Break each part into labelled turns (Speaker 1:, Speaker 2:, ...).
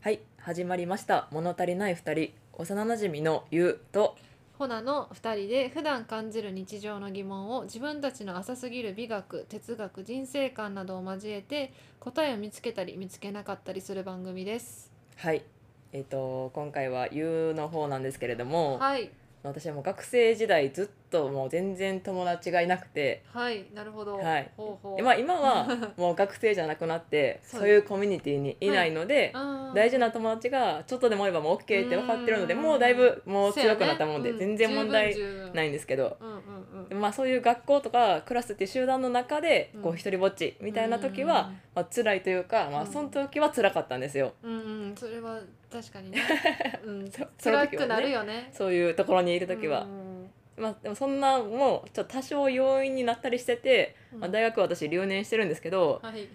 Speaker 1: はい始まりました物足りない二人幼馴染のゆうと
Speaker 2: ほなの2人で普段感じる日常の疑問を自分たちの浅すぎる美学哲学人生観などを交えて答えを見つけたり見つけなかったりする番組です。
Speaker 1: はいえっ、と今回はゆうの方なんですけれども、
Speaker 2: はい
Speaker 1: 私はもう学生時代ずっともう全然友達がいなくて
Speaker 2: はいなるほど。
Speaker 1: はい
Speaker 2: ほうほう。
Speaker 1: 今今 はもう学生じゃなくなって
Speaker 2: そう
Speaker 1: そういうコミュニティにいないので、大
Speaker 2: 事
Speaker 1: 事な友達がちょっとでもあればもう OK って分かってるので
Speaker 2: うん。
Speaker 1: もうだいぶもう強くなったもんで、全然問題ないいんですけど
Speaker 2: うんうんうん。
Speaker 1: まあ、そういう学校とかクラスっていう集団の中でこ
Speaker 2: う
Speaker 1: うん一人ぼっちみたいな時は、まあ辛いというか、まあ、
Speaker 2: うん
Speaker 1: その時は辛かったんですよ。
Speaker 2: うんうん、うんうん、それは確かに ね。うん、
Speaker 1: そその
Speaker 2: 辛
Speaker 1: 時はね
Speaker 2: くなるよね。
Speaker 1: そういうところにいる時は
Speaker 2: う、ん
Speaker 1: まあ、でもそんなもうちょっと多少要因になったりしてて、
Speaker 2: うん
Speaker 1: まあ、大学は私留年してるんですけど、
Speaker 2: はい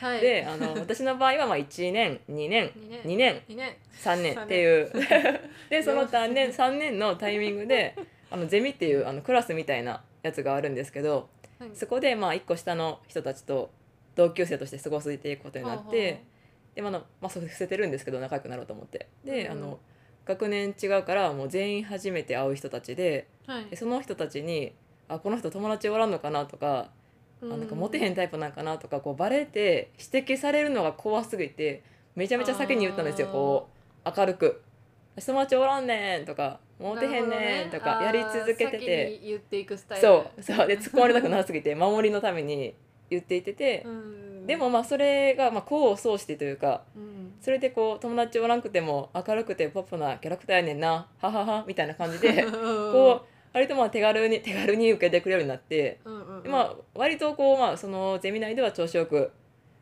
Speaker 2: はい。
Speaker 1: であ の私の場合はまあ1年2年
Speaker 2: 二年
Speaker 1: 2年
Speaker 2: 二年
Speaker 1: 3年
Speaker 2: 三年
Speaker 1: っていう でその3年3年のタイミング であのゼミっていうあのクラスみたいなやつがあるんですけど
Speaker 2: はい
Speaker 1: そこでまあ1個下の人たちと同級生として過ごしていくことになって。でまああの、まあ、そう伏せてるんですけど仲良くなろうと思ってで、
Speaker 2: うん
Speaker 1: あの学年違うからもう全員初めて会う人たちで
Speaker 2: ほうほうはい
Speaker 1: でその人たちに「あこの人友達おらんのかな」とか「あなんかモテへんタイプなんかな」とかこうバレて指摘されるのが怖すぎてめちゃめちゃ先に言ったんですよ
Speaker 2: あー
Speaker 1: こう明るく「友達おらんねん」とか「モテへんねん」とかやり続けて
Speaker 2: なるほどねあー
Speaker 1: て、
Speaker 2: 先に言っていくスタイル
Speaker 1: そうそうで突っ込まれたくなさすぎて守りのために言っていてて、
Speaker 2: ん
Speaker 1: でもまあそれがまあ功を奏してというか。
Speaker 2: うん
Speaker 1: それでこう友達おらんくても明るくてポップなキャラクターやねんなはははみたいな感じ でこう割とまあ手軽に手軽に受けてくれるようになって、
Speaker 2: うんうんうん
Speaker 1: まあ、割とこう、まあ、そのゼミ内では調子よく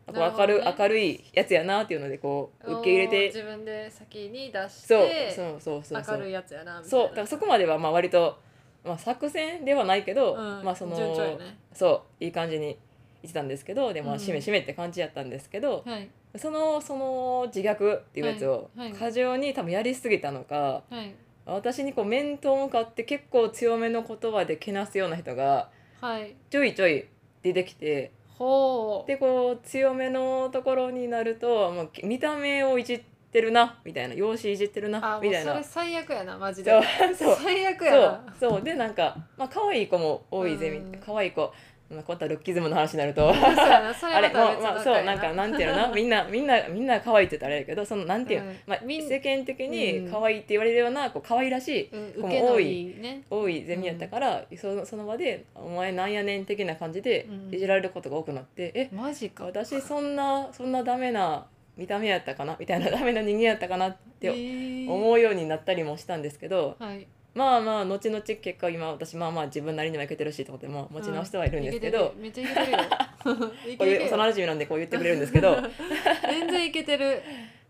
Speaker 1: こう
Speaker 2: なるほ
Speaker 1: 明
Speaker 2: どね
Speaker 1: る,、明るいやつやなっていうのでこう受け入れ
Speaker 2: おー
Speaker 1: て
Speaker 2: 自分で先に出し
Speaker 1: そう
Speaker 2: て
Speaker 1: そうそうそうそ
Speaker 2: 明るいうやつやなみたい
Speaker 1: そう
Speaker 2: な
Speaker 1: だからそこまではまあ割と、まあ、作戦ではないけど、
Speaker 2: うん
Speaker 1: まあその
Speaker 2: 順調やね
Speaker 1: そういい感じに。いってたんですけどでま
Speaker 2: う
Speaker 1: あ
Speaker 2: ん
Speaker 1: しめしめって感じやったんですけど、
Speaker 2: はい
Speaker 1: そのその自虐っていうやつを
Speaker 2: はいはい
Speaker 1: 過剰に多分やりすぎたのか
Speaker 2: はい
Speaker 1: 私にこう面と向かって結構強めの言葉でけなすような人が
Speaker 2: はい
Speaker 1: ちょいちょい出てきて
Speaker 2: ほう
Speaker 1: でこう強めのところになるともう見た目をいじってるなみたいな容姿いじってる
Speaker 2: あ
Speaker 1: な
Speaker 2: も
Speaker 1: み
Speaker 2: う
Speaker 1: たい
Speaker 2: そ
Speaker 1: な
Speaker 2: れ最悪やなマジで
Speaker 1: そうそう
Speaker 2: 最悪や
Speaker 1: そう
Speaker 2: な
Speaker 1: そうでなんかまあ可愛い子も多いゼミ
Speaker 2: うん
Speaker 1: 可愛い子まあこういったルッキズムの話になる と。
Speaker 2: そうやなそれ
Speaker 1: あ
Speaker 2: は
Speaker 1: れ
Speaker 2: ま
Speaker 1: もう
Speaker 2: た別
Speaker 1: まあ
Speaker 2: 段
Speaker 1: そう
Speaker 2: 階
Speaker 1: な
Speaker 2: や
Speaker 1: んかなんて いうのかなみんなみんなみんな可愛いって言ったらあれやけどそのなんていうの、
Speaker 2: うん
Speaker 1: まあ、
Speaker 2: みん
Speaker 1: 世間的に
Speaker 2: うん
Speaker 1: 可愛いって言われるようなこう可愛らしい
Speaker 2: うん
Speaker 1: こ
Speaker 2: 受
Speaker 1: う
Speaker 2: けのいいね
Speaker 1: 多いゼミやったから、そのその場で「お前なんやねん」的な感じで
Speaker 2: うん
Speaker 1: いじられることが多くなって「え
Speaker 2: マジか
Speaker 1: 私そんなそんなダメな見た目やったかなみたいなダメな人間やったかな」っ
Speaker 2: え
Speaker 1: て
Speaker 2: ー
Speaker 1: 思うようになったりもしたんですけど、
Speaker 2: はい
Speaker 1: まあまあ後々結果今私まあまあ自分なりにはいけてるしと思ってまあ持ち直してはいるんですけど、
Speaker 2: うんいけてるめっちゃいけてるよい
Speaker 1: こ
Speaker 2: け
Speaker 1: う
Speaker 2: て
Speaker 1: い
Speaker 2: る
Speaker 1: う
Speaker 2: よ
Speaker 1: 幼馴染なんでこう言ってくれるんですけど。
Speaker 2: 全然いけてる、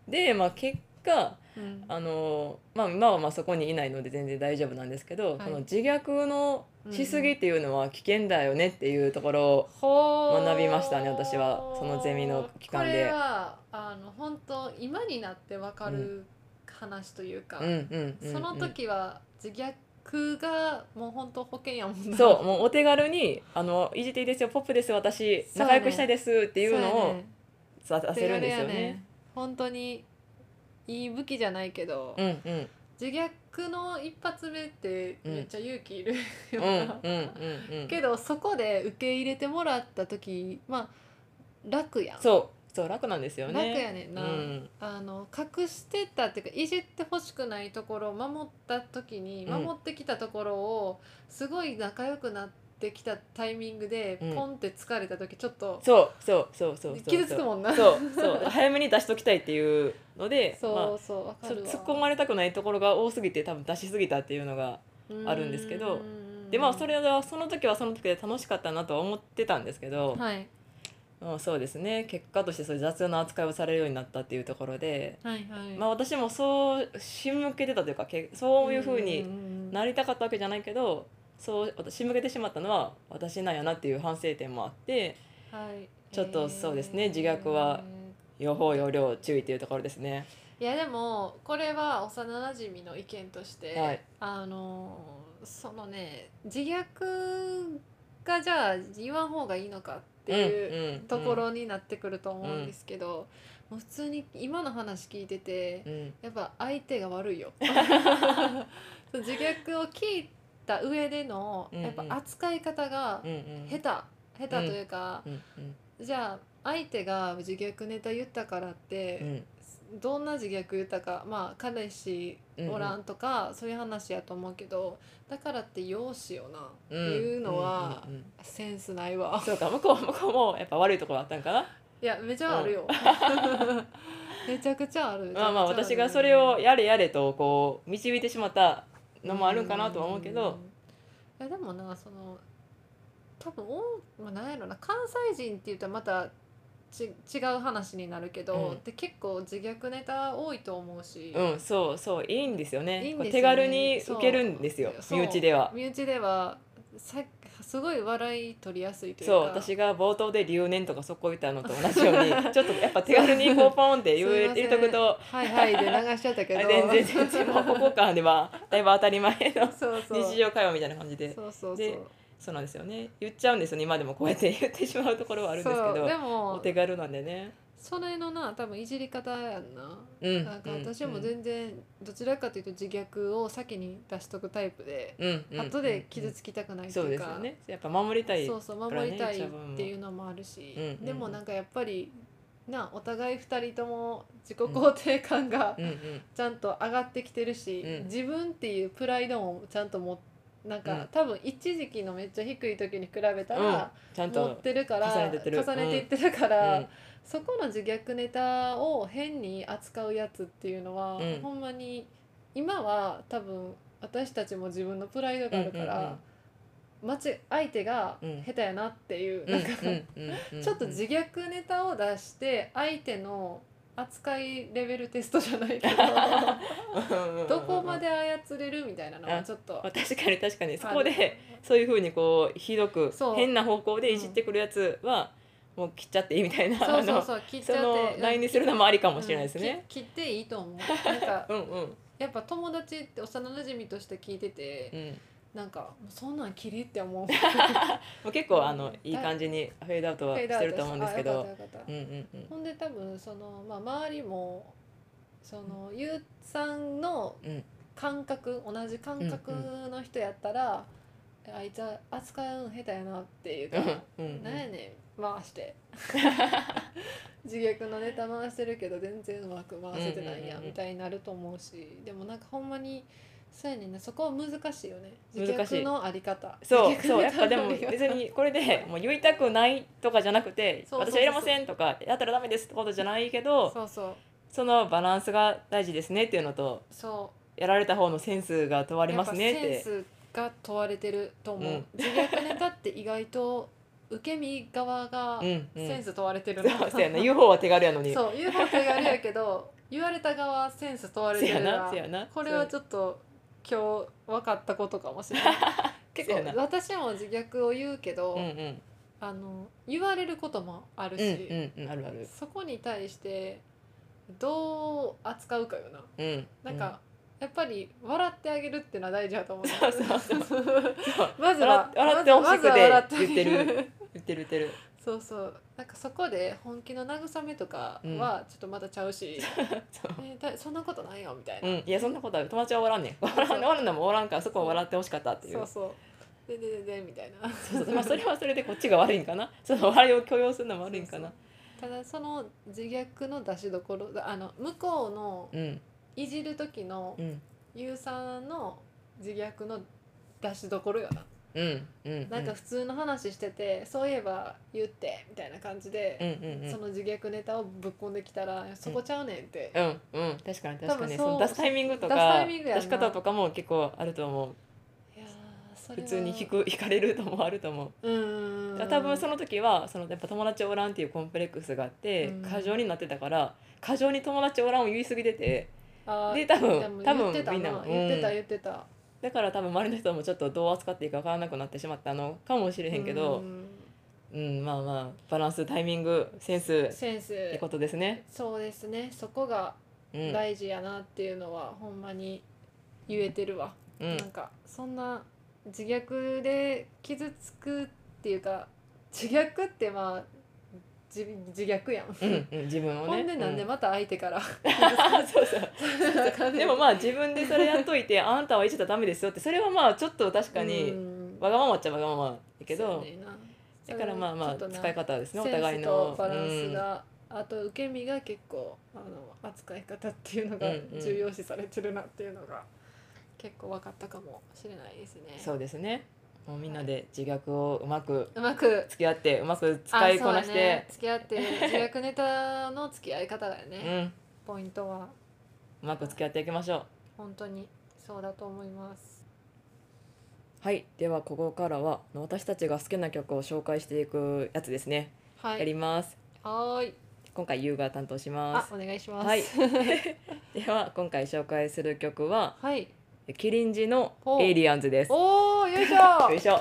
Speaker 1: で、まあ、結果
Speaker 2: うん
Speaker 1: あの、まあ、今はまあそこにいないので全然大丈夫なんですけど、
Speaker 2: はい
Speaker 1: その自虐のしすぎっていうのは危険だよねっていうところを、
Speaker 2: ほ ー
Speaker 1: 学びましたね私はそのゼミの期間で
Speaker 2: これはあの本当今になってわかる話というか、
Speaker 1: うんうんうんうん
Speaker 2: その時は自虐がもう本当保険やもんな
Speaker 1: そうもうお手軽に「あのいじっていいですよポップですよ私
Speaker 2: そうや
Speaker 1: 仲
Speaker 2: ね
Speaker 1: 良くしたいです」っていうのをささ
Speaker 2: そう
Speaker 1: せ
Speaker 2: やね
Speaker 1: るんですよ
Speaker 2: 手軽や
Speaker 1: ね。
Speaker 2: 本当にいい武器じゃないけど、
Speaker 1: うんうん
Speaker 2: 自虐の一発目ってめっちゃ勇気いる
Speaker 1: う
Speaker 2: よ
Speaker 1: ん
Speaker 2: な、
Speaker 1: うんうんうん
Speaker 2: けどそこで受け入れてもらった時まあ楽やん
Speaker 1: そうそう楽なんですよね。
Speaker 2: 楽やねんな、
Speaker 1: うん
Speaker 2: あの隠してたっていうかいじってほしくないところを守った時に
Speaker 1: うん
Speaker 2: 守ってきたところをすごい仲良くなってきたタイミングで、
Speaker 1: うん
Speaker 2: ポンって疲れた時ちょっと
Speaker 1: そうそうそうそうそう
Speaker 2: 傷つくもんな
Speaker 1: そうそう早めに出しときたいっていうので
Speaker 2: そう
Speaker 1: まあ
Speaker 2: そうわか
Speaker 1: そう
Speaker 2: るわ
Speaker 1: 突っ込まれたくないところが多すぎて多分出しすぎたっていうのがあるんですけど
Speaker 2: うーん
Speaker 1: でまあそれはその時はその時で楽しかったなとは思ってたんですけど、
Speaker 2: はい
Speaker 1: うんそうですね結果としてそういう雑な扱いをされるようになったっていうところで、
Speaker 2: はいはい
Speaker 1: まあ、私もそう仕向けてたというかけそういうふうに
Speaker 2: に
Speaker 1: なりたかったわけじゃないけどそう私仕向けてしまったのは私なんやなっていう反省点もあってちょっとそうですね自虐は両方要領注意っていうところですね。
Speaker 2: いやでもこれは幼なじみの意見として、
Speaker 1: はい
Speaker 2: あのそのね自虐がじゃあ言わん方がいいのかっっていう。
Speaker 1: うんうん
Speaker 2: ところになってくると思うんですけど、もう普通に今の話聞いてて
Speaker 1: うん
Speaker 2: やっぱ相手が悪 いよそう自虐を聞いた上での
Speaker 1: うんうん
Speaker 2: やっぱ扱い方が
Speaker 1: うんうん
Speaker 2: 下手、下手というか、
Speaker 1: うん
Speaker 2: じゃあ相手が自虐ネタ言ったからっ
Speaker 1: うんう
Speaker 2: て、
Speaker 1: ん
Speaker 2: どんな自虐言ったかまあ彼氏おらんとか、そういう話やと思うけどだからって容姿よな、っていうのは、
Speaker 1: うんうんうんうん
Speaker 2: センスないわ。
Speaker 1: そうか向こう向こうもやっぱ悪いところあったんかない
Speaker 2: やめちゃあるよ。 めちゃくちゃある。
Speaker 1: まあまあ
Speaker 2: めちゃくち
Speaker 1: 私
Speaker 2: ゃる
Speaker 1: がそれをやれやれとこう導いてしまったのもあるんかなとは思うけど。
Speaker 2: うんいやでもなその多分お、まあ、なんやろな関西人って言うとまたち違う話になるけ
Speaker 1: う
Speaker 2: ど、
Speaker 1: ん
Speaker 2: で結構自虐ネタ多いと思うし、
Speaker 1: うんそうそういいんですよね
Speaker 2: いいん
Speaker 1: こ
Speaker 2: ですよね
Speaker 1: う手軽に受けるんですよ
Speaker 2: そう
Speaker 1: 身内では
Speaker 2: 身内ではさすごい笑い取りやすいというか
Speaker 1: そう私が冒頭で留年とかそこ言ったのと同じように ちょっとやっぱ手軽にこうポンって言
Speaker 2: すいうません
Speaker 1: 言うとくと
Speaker 2: はいはいで流しちゃったけ
Speaker 1: あ
Speaker 2: ど
Speaker 1: 全然全然もうここ間ではだいぶ当たり前の
Speaker 2: そうそう
Speaker 1: 日常会話みたいな感じで
Speaker 2: そうそうそう
Speaker 1: でそうなんですよね言っちゃうんですよね今でもこうやって言ってしまうところはあるんですけ
Speaker 2: そう
Speaker 1: ど
Speaker 2: で
Speaker 1: お
Speaker 2: も
Speaker 1: 手軽なんでね
Speaker 2: それのな多分いじり方やんな、
Speaker 1: うん
Speaker 2: なんか
Speaker 1: うん
Speaker 2: 私も全然どちらかというと自虐を先に出しとくタイプで、
Speaker 1: うんうん
Speaker 2: 後で傷つきたくないと
Speaker 1: そう
Speaker 2: い
Speaker 1: で
Speaker 2: う
Speaker 1: す
Speaker 2: か、
Speaker 1: よねやっぱ守りたい
Speaker 2: そうそう
Speaker 1: らね
Speaker 2: 守りたいっていうのもあるし、
Speaker 1: うんうんうん
Speaker 2: でもなんかやっぱりなお互い2人とも自己肯定感が
Speaker 1: うんうん
Speaker 2: ちゃんと上がってきてるし、
Speaker 1: うん
Speaker 2: 自分っていうプライドもちゃんともなんか、
Speaker 1: うん
Speaker 2: 多分一時期のめっちゃ低い時に比べたら、
Speaker 1: ちゃん
Speaker 2: 持っ
Speaker 1: と
Speaker 2: てるから
Speaker 1: 重ねてってる
Speaker 2: 重ねていってるから。
Speaker 1: うん
Speaker 2: そこの自虐ネタを変に扱うやつっていうのは、
Speaker 1: うん
Speaker 2: ほんまに今は多分私たちも自分のプライドがあるから、間違相手が
Speaker 1: うん
Speaker 2: 下手やなっていう、
Speaker 1: うん
Speaker 2: な
Speaker 1: うんん
Speaker 2: か、
Speaker 1: うんうんうんうん
Speaker 2: ちょっ と自虐ネタを出して相手の扱いレベルテストじゃないけ ど どこまで操れるみたいなのはちょっと
Speaker 1: まあ確かに確かにそこで そういうふうにこうひどく
Speaker 2: そう
Speaker 1: 変な方向でいじってくるやつは、もう切っちゃっていいみたいな
Speaker 2: そうそう
Speaker 1: あの
Speaker 2: そう切っち
Speaker 1: そ
Speaker 2: ゃっ
Speaker 1: の
Speaker 2: て
Speaker 1: ラインにするのもありかもしれないですね。、
Speaker 2: うんき切っていいと思うなんか
Speaker 1: うんうん
Speaker 2: やっぱ友達って幼馴染として聞いてて
Speaker 1: う、ん、も
Speaker 2: なんかもうそんなん切りっ て思う
Speaker 1: う結構あの
Speaker 2: うん
Speaker 1: いい感じにフェードアウトはしてると思うんですけ
Speaker 2: あよ
Speaker 1: ど
Speaker 2: かったよかっ
Speaker 1: う
Speaker 2: た
Speaker 1: んうんうん
Speaker 2: ほんで多分その、まあ、周りもそのゆうさんの
Speaker 1: うん
Speaker 2: 感覚同じ感覚の人やったら、あいつは扱うん下手やなっていうか
Speaker 1: うんうん
Speaker 2: なんやねん回して 自虐のネタ回してるけど全然うまく回せてない
Speaker 1: うんうんう
Speaker 2: や
Speaker 1: んうん
Speaker 2: みたいになると思うしでもなんかほんまにそうやねんなそこは難しいよね自
Speaker 1: 難しい
Speaker 2: 虐のあり方
Speaker 1: そう
Speaker 2: 自虐
Speaker 1: そうや
Speaker 2: ネ
Speaker 1: っ
Speaker 2: タ
Speaker 1: ぱで
Speaker 2: のあ
Speaker 1: も
Speaker 2: り方
Speaker 1: 別にこれでもう言いたくないとかじゃなくて
Speaker 2: そうそう
Speaker 1: 私
Speaker 2: そう
Speaker 1: はやりませんとかやったらダメですってことじゃないけど
Speaker 2: そうそう
Speaker 1: そのバランスが大事ですねっていうのと
Speaker 2: そう
Speaker 1: やられた方のセンスが問われますねっ
Speaker 2: やっぱ
Speaker 1: て
Speaker 2: センスが問われてると思う、
Speaker 1: うん
Speaker 2: 自虐ネタって意外と受け身側が
Speaker 1: うんうん
Speaker 2: センス問われてるな、
Speaker 1: そうそうやな UFO は手軽やのに
Speaker 2: そう言う方手軽やけど言われた側はセンス問われ
Speaker 1: せ
Speaker 2: て
Speaker 1: や
Speaker 2: る
Speaker 1: な
Speaker 2: な
Speaker 1: せやな
Speaker 2: これはちょっと今日分かったことかも しれない結
Speaker 1: そうや
Speaker 2: 構
Speaker 1: な
Speaker 2: 私も自虐を言うけど、
Speaker 1: うんうん
Speaker 2: あの言われることもある
Speaker 1: うん
Speaker 2: し、
Speaker 1: うんうんあるある
Speaker 2: そこに対してどう扱うかよな
Speaker 1: うん
Speaker 2: なんか、やっぱり笑ってあげるってのは大事だと思う。
Speaker 1: そうそう
Speaker 2: そう
Speaker 1: そう
Speaker 2: まずは
Speaker 1: 笑って
Speaker 2: まずは
Speaker 1: 笑ってほしくて
Speaker 2: まず
Speaker 1: 言って。言っ
Speaker 2: は笑あげ
Speaker 1: てる言ってる
Speaker 2: そうそう。なんかそこで本気の慰めとかはちょっとまだちゃうし、
Speaker 1: そう
Speaker 2: えーだそんなことないよみたいうな。
Speaker 1: んいやそんなことは友達は笑わんねん笑わん笑うのも笑わんからそこは笑ってほしかったっていう
Speaker 2: そうそう。ででででみたいな。
Speaker 1: そうそうまあそれはそれでこっちが悪いんかなその笑いを許容するのも悪いんかな
Speaker 2: ただその自虐の出しどころあの向こうの
Speaker 1: うん
Speaker 2: いじる時の
Speaker 1: うん
Speaker 2: ゆうさんの自虐の出しどころよな。
Speaker 1: うんうん
Speaker 2: なんか普通の話してて、そういえば言ってみたいな感じで。
Speaker 1: うんうんうん
Speaker 2: その自虐ネタをぶっこんできたらそこちゃうねんって、
Speaker 1: うんうん確かに確かに
Speaker 2: 多分そう
Speaker 1: その出すタイミングと
Speaker 2: 出すタ
Speaker 1: か
Speaker 2: イミングやんな
Speaker 1: 出し方とかも結構あると思う
Speaker 2: いやーそれ
Speaker 1: 普
Speaker 2: は
Speaker 1: 通に引く引かれるともあると思う
Speaker 2: うんうんうん
Speaker 1: 多分その時はそのやっぱ友達おらんっていうコンプレックスがあって、
Speaker 2: うん
Speaker 1: 過剰になってたから過剰に友達おらんを言い過ぎてて
Speaker 2: あー
Speaker 1: で多分
Speaker 2: でも
Speaker 1: 多分
Speaker 2: 言ってた
Speaker 1: みんな
Speaker 2: な言ってた
Speaker 1: うん
Speaker 2: 言ってた
Speaker 1: だから多分周りの人もちょっとどう扱っていいか分からなくなってしまったのかもしれへんけ
Speaker 2: う
Speaker 1: ど、
Speaker 2: ん
Speaker 1: うんまあまあバランスタイミングセンスっ
Speaker 2: センス
Speaker 1: てことですね。
Speaker 2: そうですねそこが
Speaker 1: うん
Speaker 2: 大事やなっていうのは、ほんまに言えてるわ、
Speaker 1: うん
Speaker 2: なんかそんな自虐で傷つくっていうか自虐ってまあ自自虐やん、
Speaker 1: うんうん、自分を
Speaker 2: ほ
Speaker 1: ね。
Speaker 2: んでなんで
Speaker 1: う
Speaker 2: また相手から、
Speaker 1: そうそう。 でもまあ自分でそれやっと いて、あんたは生きちゃダメですよって、それはまあちょっと確か
Speaker 2: う
Speaker 1: に、
Speaker 2: ん
Speaker 1: わがままっちゃわがままだけ
Speaker 2: そうや
Speaker 1: ど、
Speaker 2: ねんな
Speaker 1: だからまあまあ
Speaker 2: それはちょっとな
Speaker 1: 使い方ですね、お
Speaker 2: センス
Speaker 1: 互いの
Speaker 2: と。バラン
Speaker 1: う
Speaker 2: ス
Speaker 1: ん
Speaker 2: が、あと受け身が結構あの扱い方っていうのが
Speaker 1: うんうん
Speaker 2: 重要視されてるなっていうのが結構分かったかもしれないですね。
Speaker 1: そうですね。もうみんなで自虐をうまく
Speaker 2: うまく
Speaker 1: 付き合って、うまく使いこなし
Speaker 2: あそうやね
Speaker 1: て、、
Speaker 2: 付き合って自虐ネタの付き合い方だよね、ポイントは
Speaker 1: うん、うまく付き合っていきましょう。
Speaker 2: 本当にそうだと思います。
Speaker 1: はい、ではここからはあの私たちが好きな曲を紹介していくやつですね。
Speaker 2: は
Speaker 1: や
Speaker 2: い
Speaker 1: ります。
Speaker 2: はーい
Speaker 1: 今回優が担当しま
Speaker 2: あ
Speaker 1: す。
Speaker 2: お願いします。
Speaker 1: はいでは今回紹介する曲は
Speaker 2: はい
Speaker 1: キリンジの
Speaker 2: ほう
Speaker 1: エイリアンズです。
Speaker 2: おーよいしょ
Speaker 1: よいしょ。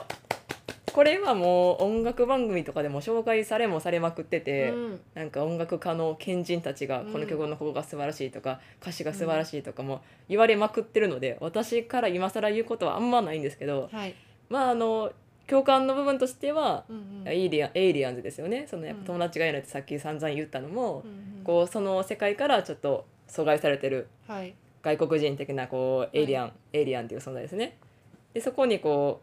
Speaker 1: これはもう音楽番組とかでも紹介されもされまくってて、
Speaker 2: うん、
Speaker 1: なんか音楽家の賢人たちが
Speaker 2: うん
Speaker 1: この曲のここが素晴らしいとか、歌詞が素晴らしいとかも言われまくってるので私から今更言うことはあんまないんですけど
Speaker 2: はい、
Speaker 1: まああの共感の部分としては
Speaker 2: うんうん
Speaker 1: エイリアンエイリアンズですよねそのやっ
Speaker 2: うん
Speaker 1: ぱ友達がいないってさっき散々言ったのも
Speaker 2: う、んうん
Speaker 1: こうその世界からちょっと阻害されてる
Speaker 2: はい
Speaker 1: 外国人的なこうエイリアン、エイリアンっていう存在ですね。でそこにこ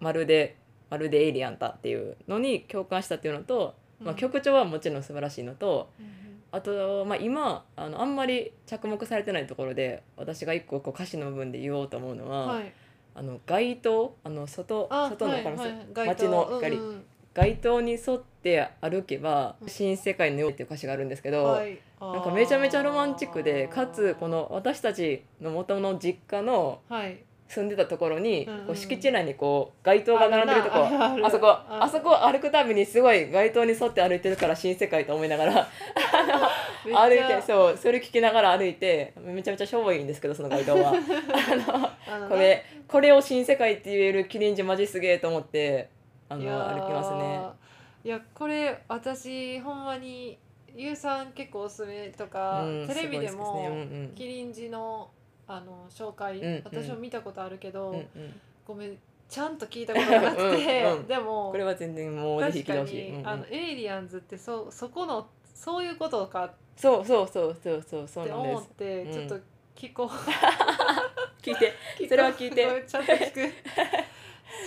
Speaker 1: うまるでまるでエイリアンだっていうのに共感したっていうのと、まあ、曲調はもちろん素晴らしいのと、
Speaker 2: うんうん
Speaker 1: あと、まあ、今あのあんまり着目されてないところで私が一個こう歌詞の部分で言おうと思うのは、
Speaker 2: はい
Speaker 1: あの街灯あの外
Speaker 2: あ
Speaker 1: 外の、
Speaker 2: はい
Speaker 1: この
Speaker 2: はい
Speaker 1: 街の光
Speaker 2: うんうん
Speaker 1: 街灯に沿って歩けば
Speaker 2: うん
Speaker 1: 新世界のようっていう歌詞があるんですけど、
Speaker 2: はい、
Speaker 1: な
Speaker 2: なん
Speaker 1: かめちゃめちゃロマンチックでかつこの私たちの元の実家の
Speaker 2: はい
Speaker 1: 住んでたところに、
Speaker 2: うんうん
Speaker 1: こう敷地内にこう街灯が並んでるとこ
Speaker 2: あるなある
Speaker 1: あそこあそこ歩くたびにすごい街灯に沿って歩いてるから新世界と思いながら
Speaker 2: めっちゃ
Speaker 1: 歩いてそうそれ聞きながら歩いてめちゃめちゃしょぼいんですけどその街灯 は
Speaker 2: あの
Speaker 1: これこれを新世界って言えるキリンジマジすげえと思ってあの
Speaker 2: いやー
Speaker 1: 歩きますね。
Speaker 2: いやこれ私ほんまにゆうさん結構おすすめとか、
Speaker 1: うん
Speaker 2: テレビです
Speaker 1: ごい好き
Speaker 2: も
Speaker 1: すねうんうん
Speaker 2: キリンジのあの紹介、
Speaker 1: うんうん
Speaker 2: 私も見たことあるけど、
Speaker 1: うんうん
Speaker 2: ごめんちゃんと聞いたことがなくて
Speaker 1: うんうん
Speaker 2: でも
Speaker 1: これは全然もうぜひ聞い
Speaker 2: 確
Speaker 1: て
Speaker 2: か
Speaker 1: ほしい。
Speaker 2: に、
Speaker 1: うんうん
Speaker 2: あのエイリアンズってそそこのそういうことかっ
Speaker 1: そうそうそうそうそうそう
Speaker 2: て
Speaker 1: なんで
Speaker 2: 思っ
Speaker 1: す。
Speaker 2: て
Speaker 1: うん
Speaker 2: ちょっと 聞こう、
Speaker 1: 聞いて。それは聞いて
Speaker 2: ごめんちゃんと聞く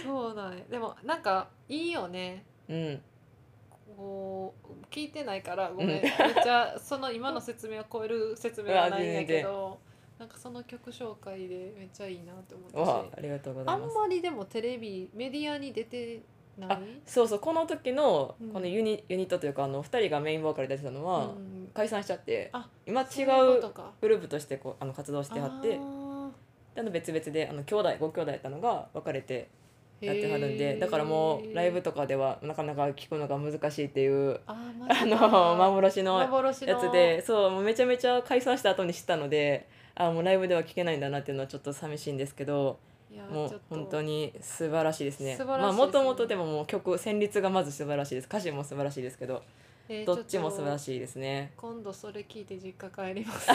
Speaker 2: そうなんやでもなんかいいよね
Speaker 1: うん。
Speaker 2: こう聞いてないからごめん
Speaker 1: うん
Speaker 2: めっちゃその今の説明を超える説明はないんやけどなんかその曲紹介でめっちゃいいなって思っ
Speaker 1: わ
Speaker 2: たし
Speaker 1: あありがとうござ
Speaker 2: あ
Speaker 1: い
Speaker 2: ん
Speaker 1: ます。
Speaker 2: まりでもテレビメディアに出てない
Speaker 1: あそうそうこの時の
Speaker 2: うん
Speaker 1: このユニ、ユニットというかあの二人がメインボーカルで出てたのは、
Speaker 2: うん
Speaker 1: 解散しちゃって
Speaker 2: あ
Speaker 1: 今違
Speaker 2: そういうこと
Speaker 1: う
Speaker 2: か
Speaker 1: グループとしてこうあの活動してはって
Speaker 2: あー
Speaker 1: であの別々であの兄弟ご兄弟やったのが別れてやってはるん
Speaker 2: へ
Speaker 1: で
Speaker 2: ー
Speaker 1: だからもうライブとかではなかなか聞くのが難しいっていう
Speaker 2: あー マ
Speaker 1: あ
Speaker 2: ジ
Speaker 1: の
Speaker 2: か
Speaker 1: 幻の
Speaker 2: 幻の
Speaker 1: やつでそうもうめちゃめちゃ解散した後に知ったのであもうライブでは聞けないんだなっていうのはちょっと寂しいんですけど
Speaker 2: いや
Speaker 1: もう
Speaker 2: ちょっと
Speaker 1: 本当に素晴らしいですね
Speaker 2: 素晴
Speaker 1: まあ
Speaker 2: らしいですね
Speaker 1: もともとでももう曲旋律がまず素晴らしいです歌詞も素晴らしいですけど
Speaker 2: えー
Speaker 1: どっちも素晴ら
Speaker 2: い
Speaker 1: しいですね
Speaker 2: 今度それ聞いて実家帰り ます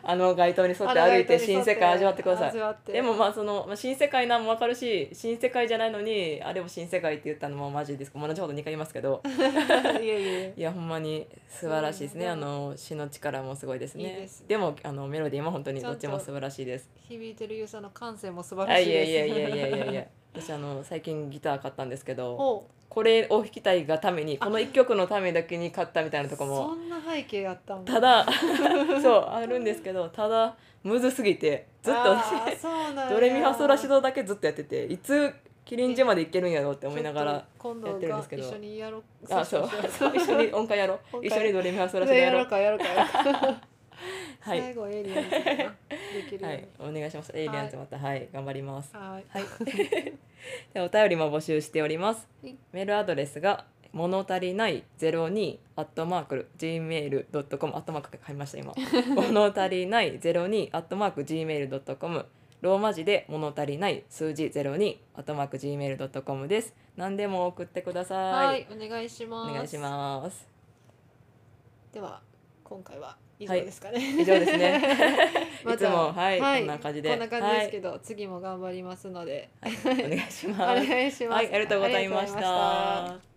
Speaker 1: あの街灯に沿って歩いて新世界味わってくださ
Speaker 2: 味
Speaker 1: い
Speaker 2: わって
Speaker 1: でもまあその、まあ、新世界なんもわかるし新世界じゃないのにあれも新世界って言ったのもマジですもう同じこと2回言いますけ ど
Speaker 2: いやいやいや
Speaker 1: いやほんまに素晴らしいですね
Speaker 2: そう
Speaker 1: あ
Speaker 2: なんだ
Speaker 1: の詩の力もすごいですね
Speaker 2: いいですね
Speaker 1: でもあのメロディーも本当に
Speaker 2: ちゃん
Speaker 1: ど
Speaker 2: と
Speaker 1: っちも素晴らしいです
Speaker 2: 響いてるユーザーの感性も素晴
Speaker 1: あ
Speaker 2: らしい
Speaker 1: いや
Speaker 2: です
Speaker 1: いやいやいやいやいや私あの最近ギター買ったんですけど
Speaker 2: お
Speaker 1: これを弾きたいがためにこの1曲のためだけに買ったみたいなとこ
Speaker 2: そ
Speaker 1: も
Speaker 2: んな背景あったん
Speaker 1: ただ そうあるんですけどただむずすぎてずっと
Speaker 2: あー
Speaker 1: 私
Speaker 2: そうなんや
Speaker 1: ドレミファソラシドだけずっとやってていつキリンジまでいけるんやろうって思いなが
Speaker 2: ちょっ
Speaker 1: ら
Speaker 2: と今度
Speaker 1: やってるんですけど
Speaker 2: が一緒にやろう
Speaker 1: あそうそう 一緒に音階やろ
Speaker 2: 音
Speaker 1: う
Speaker 2: 階
Speaker 1: 一緒にドレミファソラシド
Speaker 2: や
Speaker 1: や
Speaker 2: ろ
Speaker 1: ろ
Speaker 2: う
Speaker 1: う
Speaker 2: かやろうかやろうか
Speaker 1: はい
Speaker 2: 最後エイリアンズかなできるよ
Speaker 1: は
Speaker 2: う
Speaker 1: いお願いしますエイリアンズまたはい頑張ります
Speaker 2: にはい
Speaker 1: はいではお便りも募集しております
Speaker 2: はい
Speaker 1: メールアドレスが物足りない02アットマーク gmail.com アットマーク買いました 今物足りない02アットマーク gmail.com ローマ字で物足りない数字02アットマーク gmail.com です何でも送ってください、
Speaker 2: はいお願いし
Speaker 1: お
Speaker 2: ます
Speaker 1: 願いします
Speaker 2: では今回は以上ですかね、
Speaker 1: 以上ですね
Speaker 2: ま
Speaker 1: い
Speaker 2: た
Speaker 1: つもはい、こんな感じで
Speaker 2: こんな感じですけど、次も頑張りますので
Speaker 1: はい、お願いします
Speaker 2: お願いします
Speaker 1: はいありがとうございまし
Speaker 2: ありがとうございま
Speaker 1: た